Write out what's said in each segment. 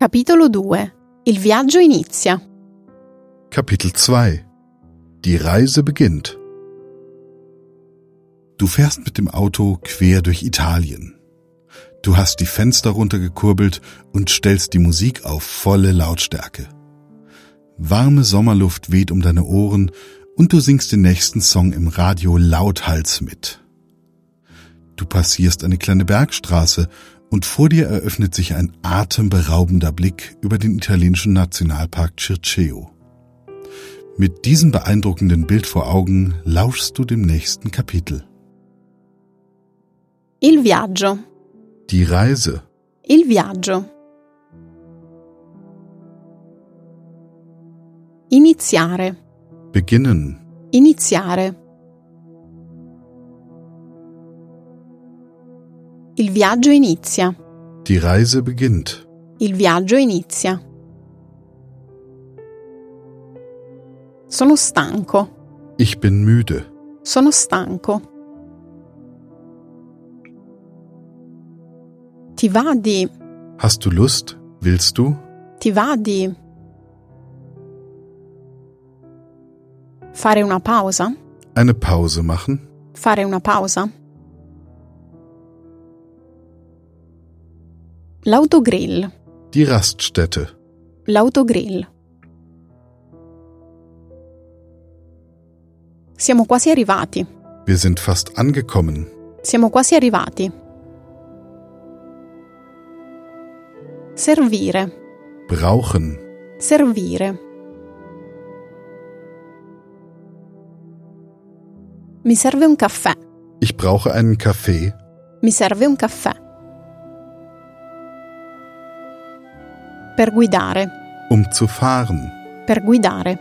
Capitolo 2 Il viaggio inizia. Kapitel 2 Die Reise beginnt. Du fährst mit dem Auto quer durch Italien. Du hast die Fenster runtergekurbelt und stellst die Musik auf volle Lautstärke. Warme Sommerluft weht um deine Ohren und du singst den nächsten Song im Radio lauthals mit. Du passierst eine kleine Bergstraße und vor dir eröffnet sich ein atemberaubender Blick über den italienischen Nationalpark Circeo. Mit diesem beeindruckenden Bild vor Augen lauschst du dem nächsten Kapitel. Il viaggio. Die Reise. Il viaggio. Iniziare. Beginnen. Iniziare. Il viaggio inizia. Die Reise beginnt. Il viaggio inizia. Sono stanco. Ich bin müde. Sono stanco. Ti va di, Hast du Lust? Willst du? ti va di fare una pausa? Eine Pause machen? Fare una pausa. L'autogrill, Die Raststätte. l'autogrill. Siamo quasi arrivati, Wir sind fast angekommen. siamo quasi arrivati. Servire, Brauchen. servire. Mi serve un caffè. Ich brauche einen Kaffee. Mi serve un caffè. Per guidare, Um zu fahren. per guidare.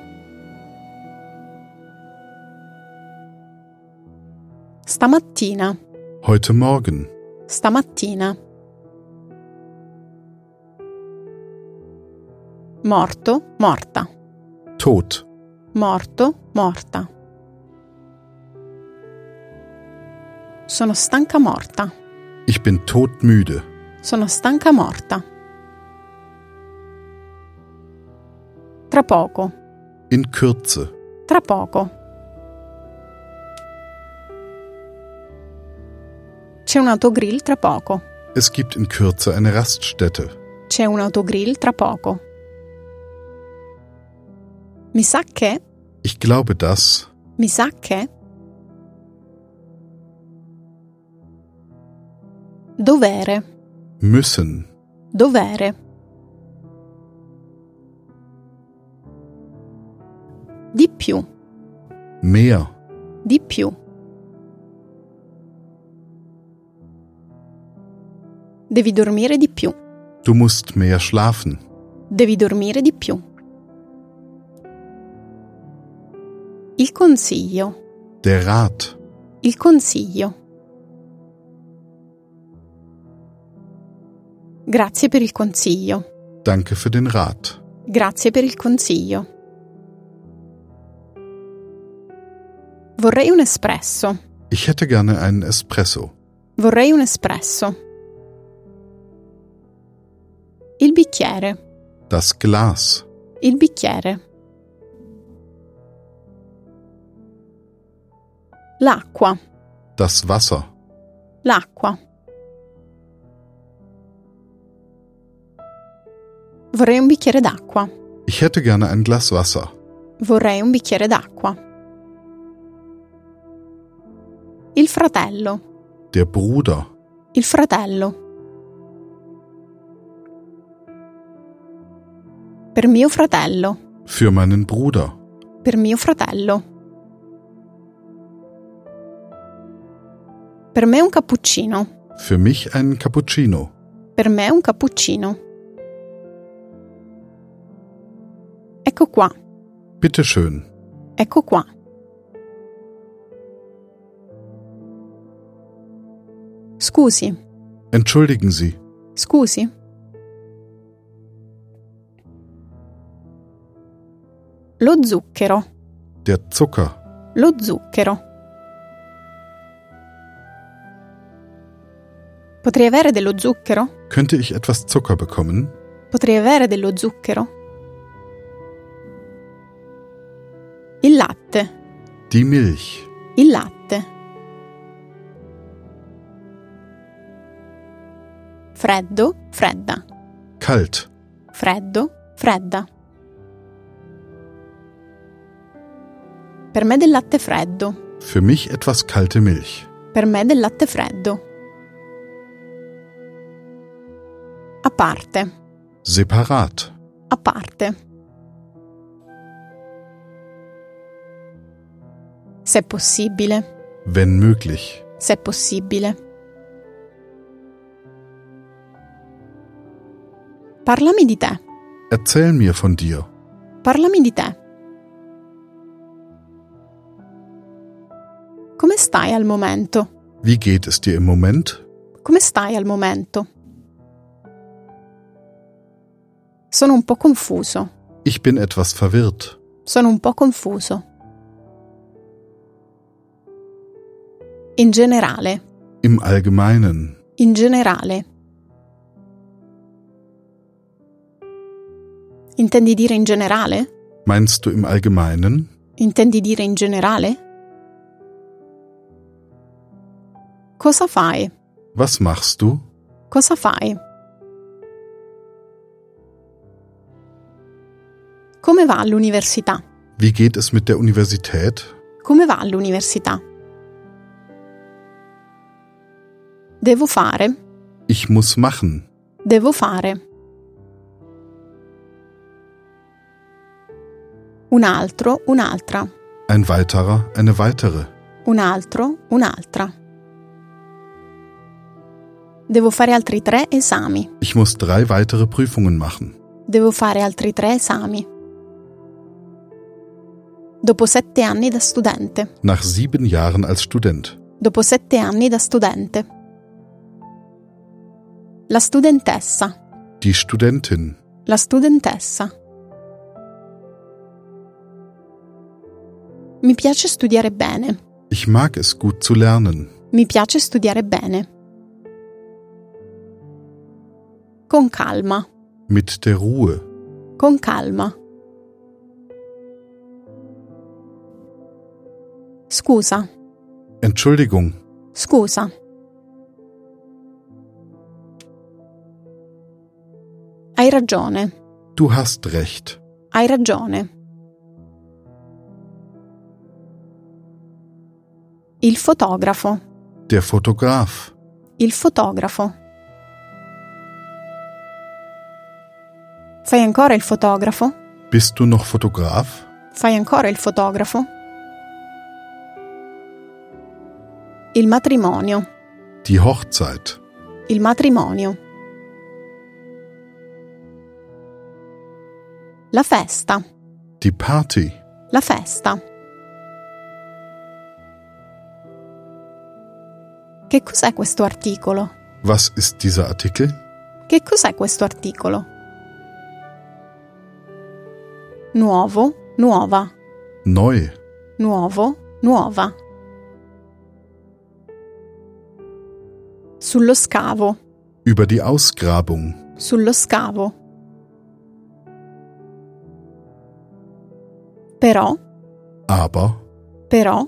Stamattina, Heute Morgen. stamattina. Morto, morta, Tod. morto, morta. Sono stanca morta. Ich bin todmüde. Sono stanca morta. Tra poco, In Kürze. tra poco. C'è un autogrill tra poco. Es gibt in Kürze eine Raststätte. C'è un autogrill tra poco. Mi sa che, Ich glaube das. mi sa che. Dovere, Müssen. dovere. Di più. Mehr. di più. Devi dormire di più, Du musst mehr schlafen. devi dormire di più. Il consiglio, Der Rat. il consiglio. Grazie per il consiglio, Danke für den Rat. grazie per il consiglio. Vorrei un espresso. Ich hätte gerne einen Espresso. Vorrei un espresso. Il bicchiere, Das Glas. il bicchiere. L'acqua, Das Wasser. l'acqua. Vorrei un bicchiere d'acqua. Ich hätte gerne ein Glas Wasser. Vorrei un bicchiere d'acqua. Il fratello. Der Bruder. Il fratello. Per mio fratello, Für meinen Bruder. per mio fratello. Per me un cappuccino, Für mich einen Cappuccino. per me un cappuccino. Ecco qua, Bitte schön. ecco qua. Scusi, Entschuldigen Sie. Scusi. Lo zucchero, Der Zucker. lo zucchero. Potrei avere dello zucchero? Könnte ich etwas Zucker bekommen? Potrei avere dello zucchero? Il latte, Die Milch. il latte. Freddo, fredda. Kalt. Freddo, fredda. Per me del latte freddo, Für mich etwas kalte Milch. per me del latte freddo. A parte, Separat. a parte. Se è possibile, Wenn möglich. se è possibile. Parlami di te. Erzähl mir von dir. Parlami di te. Come stai al momento? Wie geht es dir im Moment? Come stai al momento? Sono un po' confuso. Ich bin etwas verwirrt. Sono un po' confuso. In generale, Im Allgemeinen. in generale. Intendi dire in generale? Meinst du im Allgemeinen? Intendi dire in generale? Cosa fai? Was machst du? Cosa fai? Come va all'università? Wie geht es mit der Universität? Come va all'università? Devo fare, Ich muss machen. devo fare. Un altro, un'altra. Ein weiterer, eine weitere. un altro, un'altra. Devo fare altri tre esami. Ich muss drei weitere Prüfungen machen. Devo fare altri tre esami. Dopo sette anni da studente. Nach sieben Jahren als Student. Dopo sette anni da studente. La studentessa. Die Studentin. La studentessa. Mi piace studiare bene. Ich mag es gut zu lernen. Mi piace studiare bene. Con calma, Mit der Ruhe. con calma. Scusa, Entschuldigung. scusa. Hai ragione, Du hast recht. hai ragione. Il fotografo. Der Fotograf. Il fotografo. Fai ancora il fotografo? Bist du noch Fotograf? Fai ancora il fotografo? Il matrimonio. Die Hochzeit. Il matrimonio. La festa. Die Party. La festa. Che cos'è questo articolo? Was ist dieser Artikel? Che cos'è questo articolo? Nuovo, nuova, Neu. nuovo, nuova. Sullo scavo, Über die Ausgrabung. sullo scavo. Però, Aber però.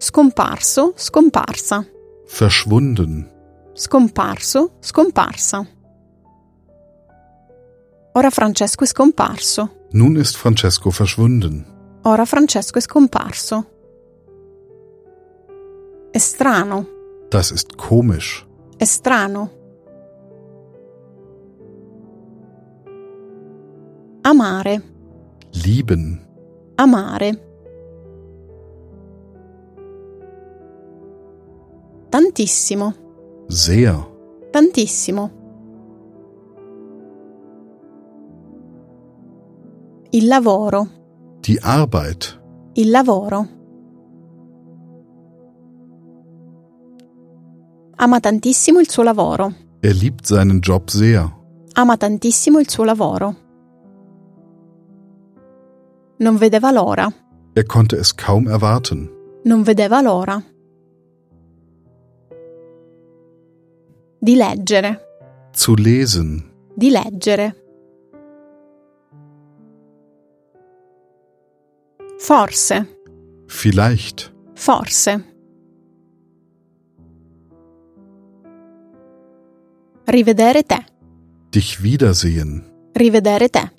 Scomparso, scomparsa. verschwunden. Scomparso, scomparsa. Ora Francesco è scomparso. Nun ist Francesco verschwunden. Ora Francesco è scomparso. È strano, Das ist komisch. è strano. Amare, Lieben. amare. Tantissimo. Sehr. Tantissimo. Il lavoro, Die Arbeit. il lavoro. Ama tantissimo il suo lavoro, Er liebt seinen Job sehr. ama tantissimo il suo lavoro. Non vedeva l'ora, Er konnte es kaum erwarten. non vedeva l'ora. Di leggere. Zu lesen. Di leggere. Forse. Vielleicht. Forse. Rivedere te. Dich wiedersehen. Rivedere te.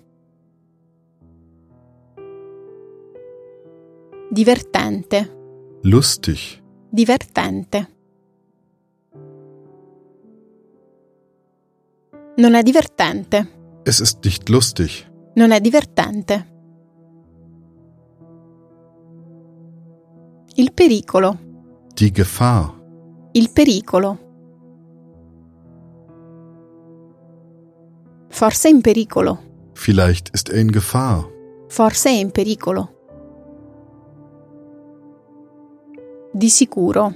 Divertente. Lustig. Divertente. Non è divertente. Es ist nicht lustig. Non è divertente. Il pericolo. Die Gefahr. Il pericolo. Forse è in pericolo. Vielleicht ist er in Gefahr. Forse è in pericolo. Di sicuro.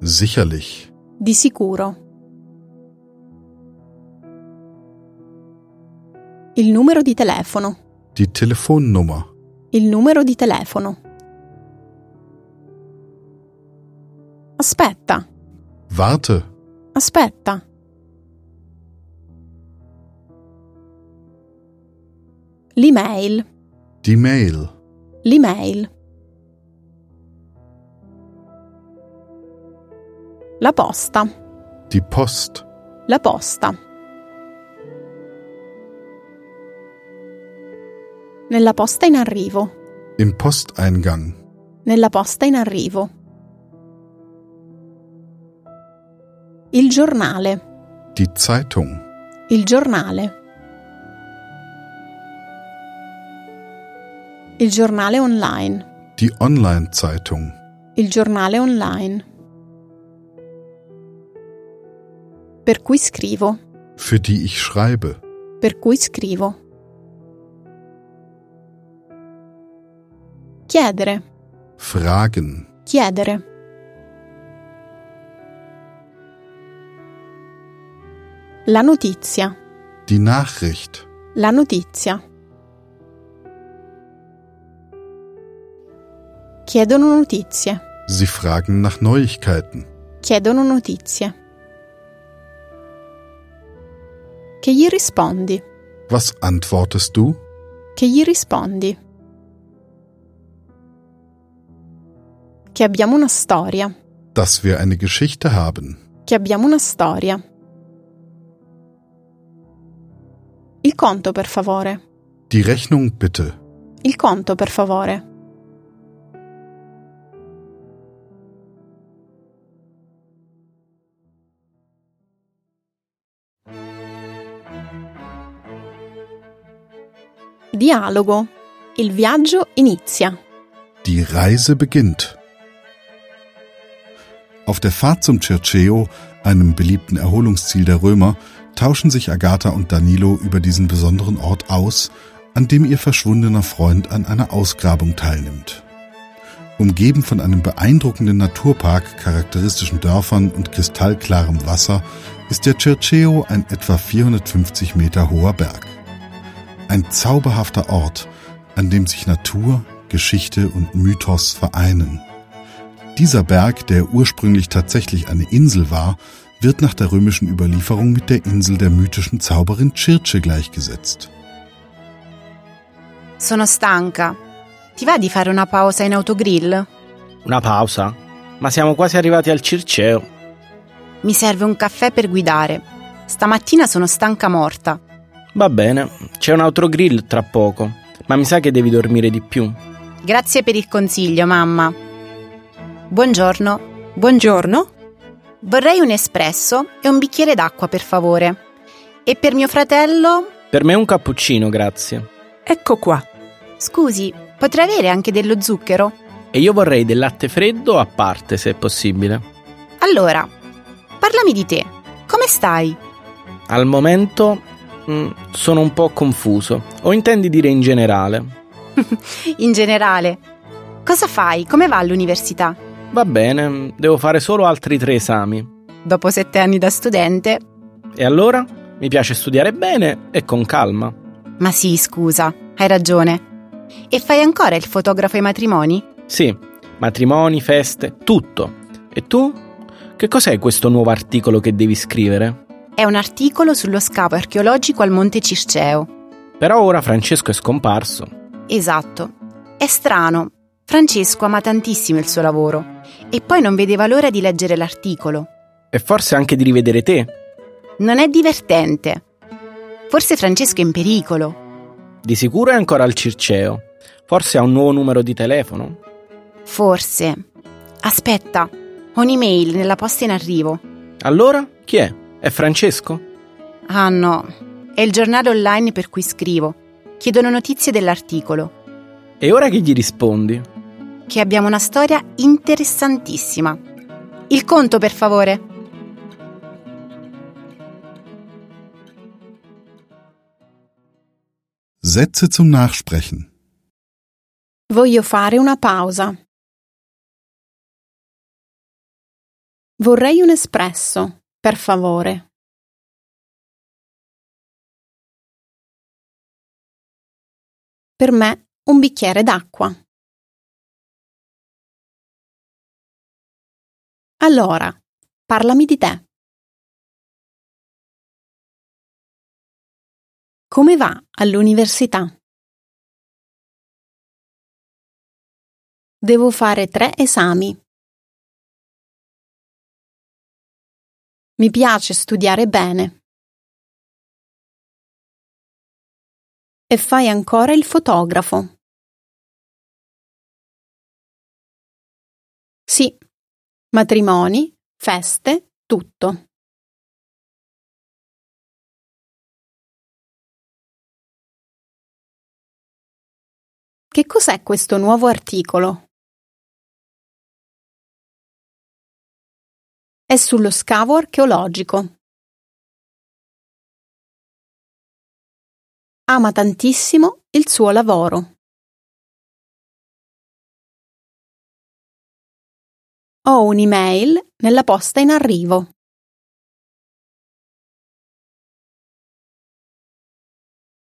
Sicherlich. Di sicuro. Il numero di telefono. Die Telefonnummer. Il numero di telefono. Aspetta, Warte. aspetta. L'email, Die Mail. l'email. La posta, Die Post. la posta. Nella posta in arrivo. Im Posteingang. Nella posta in arrivo. Il giornale. Die Zeitung. Il giornale. Il giornale online. Die Online-Zeitung. Il giornale online. Per cui scrivo. Für die ich schreibe. Per cui scrivo. Chiedere. Fragen. Chiedere. La notizia. Die Nachricht. La notizia. Chiedono notizie, Sie fragen nach Neuigkeiten. chiedono notizie. Che gli rispondi, Was antwortest du? che gli rispondi. Che abbiamo una storia, Dass wir eine Geschichte haben. che abbiamo una storia. Il conto, per favore. Die Rechnung bitte. Il conto, per favore. Dialogo. Il viaggio inizia. Die Reise beginnt. Auf der Fahrt zum Circeo, einem beliebten Erholungsziel der Römer, tauschen sich Agatha und Danilo über diesen besonderen Ort aus, an dem ihr verschwundener Freund an einer Ausgrabung teilnimmt. Umgeben von einem beeindruckenden Naturpark, charakteristischen Dörfern und kristallklarem Wasser ist der Circeo ein etwa 450 Meter hoher Berg. Ein zauberhafter Ort, an dem sich Natur, Geschichte und Mythos vereinen. Dieser Berg, der ursprünglich tatsächlich eine Insel war, wird nach der römischen Überlieferung mit der Insel der mythischen Zauberin Circe gleichgesetzt. Sono stanca. Ti va di fare una pausa in autogrill? Una pausa? Ma siamo quasi arrivati al Circeo. Mi serve un caffè per guidare. Stamattina sono stanca morta. Va bene, c'è un altro grill tra poco, ma mi sa che devi dormire di più. Grazie per il consiglio, mamma. Buongiorno. Buongiorno, Vorrei un espresso e un bicchiere d'acqua, per favore. E per mio fratello? Per me un cappuccino, grazie. ecco qua. Scusi, potrei avere anche dello zucchero? E io vorrei del latte freddo a parte, se è possibile. Allora, parlami di te. Come stai? Al momento mm, sono un po' confuso. O intendi dire in generale? In generale. Cosa fai? Come va all'università? Va bene, devo fare solo altri tre esami. Dopo sette anni da studente, E allora? Mi piace studiare bene e con calma. Ma sì, scusa, hai ragione. E fai ancora il fotografo ai matrimoni? Sì, matrimoni, feste, tutto. E tu? Che cos'è questo nuovo articolo che devi scrivere? È un articolo sullo scavo archeologico al Monte Circeo. Però ora Francesco è scomparso. Esatto. È strano. Francesco ama tantissimo il suo lavoro e poi non vedeva l'ora di leggere l'articolo. E forse anche di rivedere te. Non è divertente. Forse Francesco è in pericolo. Di sicuro è ancora al Circeo. Forse ha un nuovo numero di telefono. Forse. Aspetta, ho un'email nella posta in arrivo. Allora, chi è? È Francesco? Ah no, è il giornale online per cui scrivo. Chiedono notizie dell'articolo, E ora che gli rispondi? che abbiamo una storia interessantissima. Il conto, per favore. Sätze zum Nachsprechen. Voglio fare una pausa. Vorrei un espresso, per favore. Per me un bicchiere d'acqua. Allora, parlami di te. Come va all'università? Devo fare tre esami. Mi piace studiare bene. E fai ancora il fotografo. Sì, matrimoni, feste, tutto. Che cos'è questo nuovo articolo? È sullo scavo archeologico. Ama tantissimo il suo lavoro. Ho un'email nella posta in arrivo.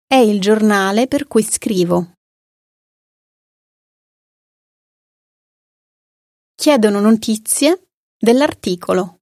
È il giornale per cui scrivo. Chiedono notizie dell'articolo.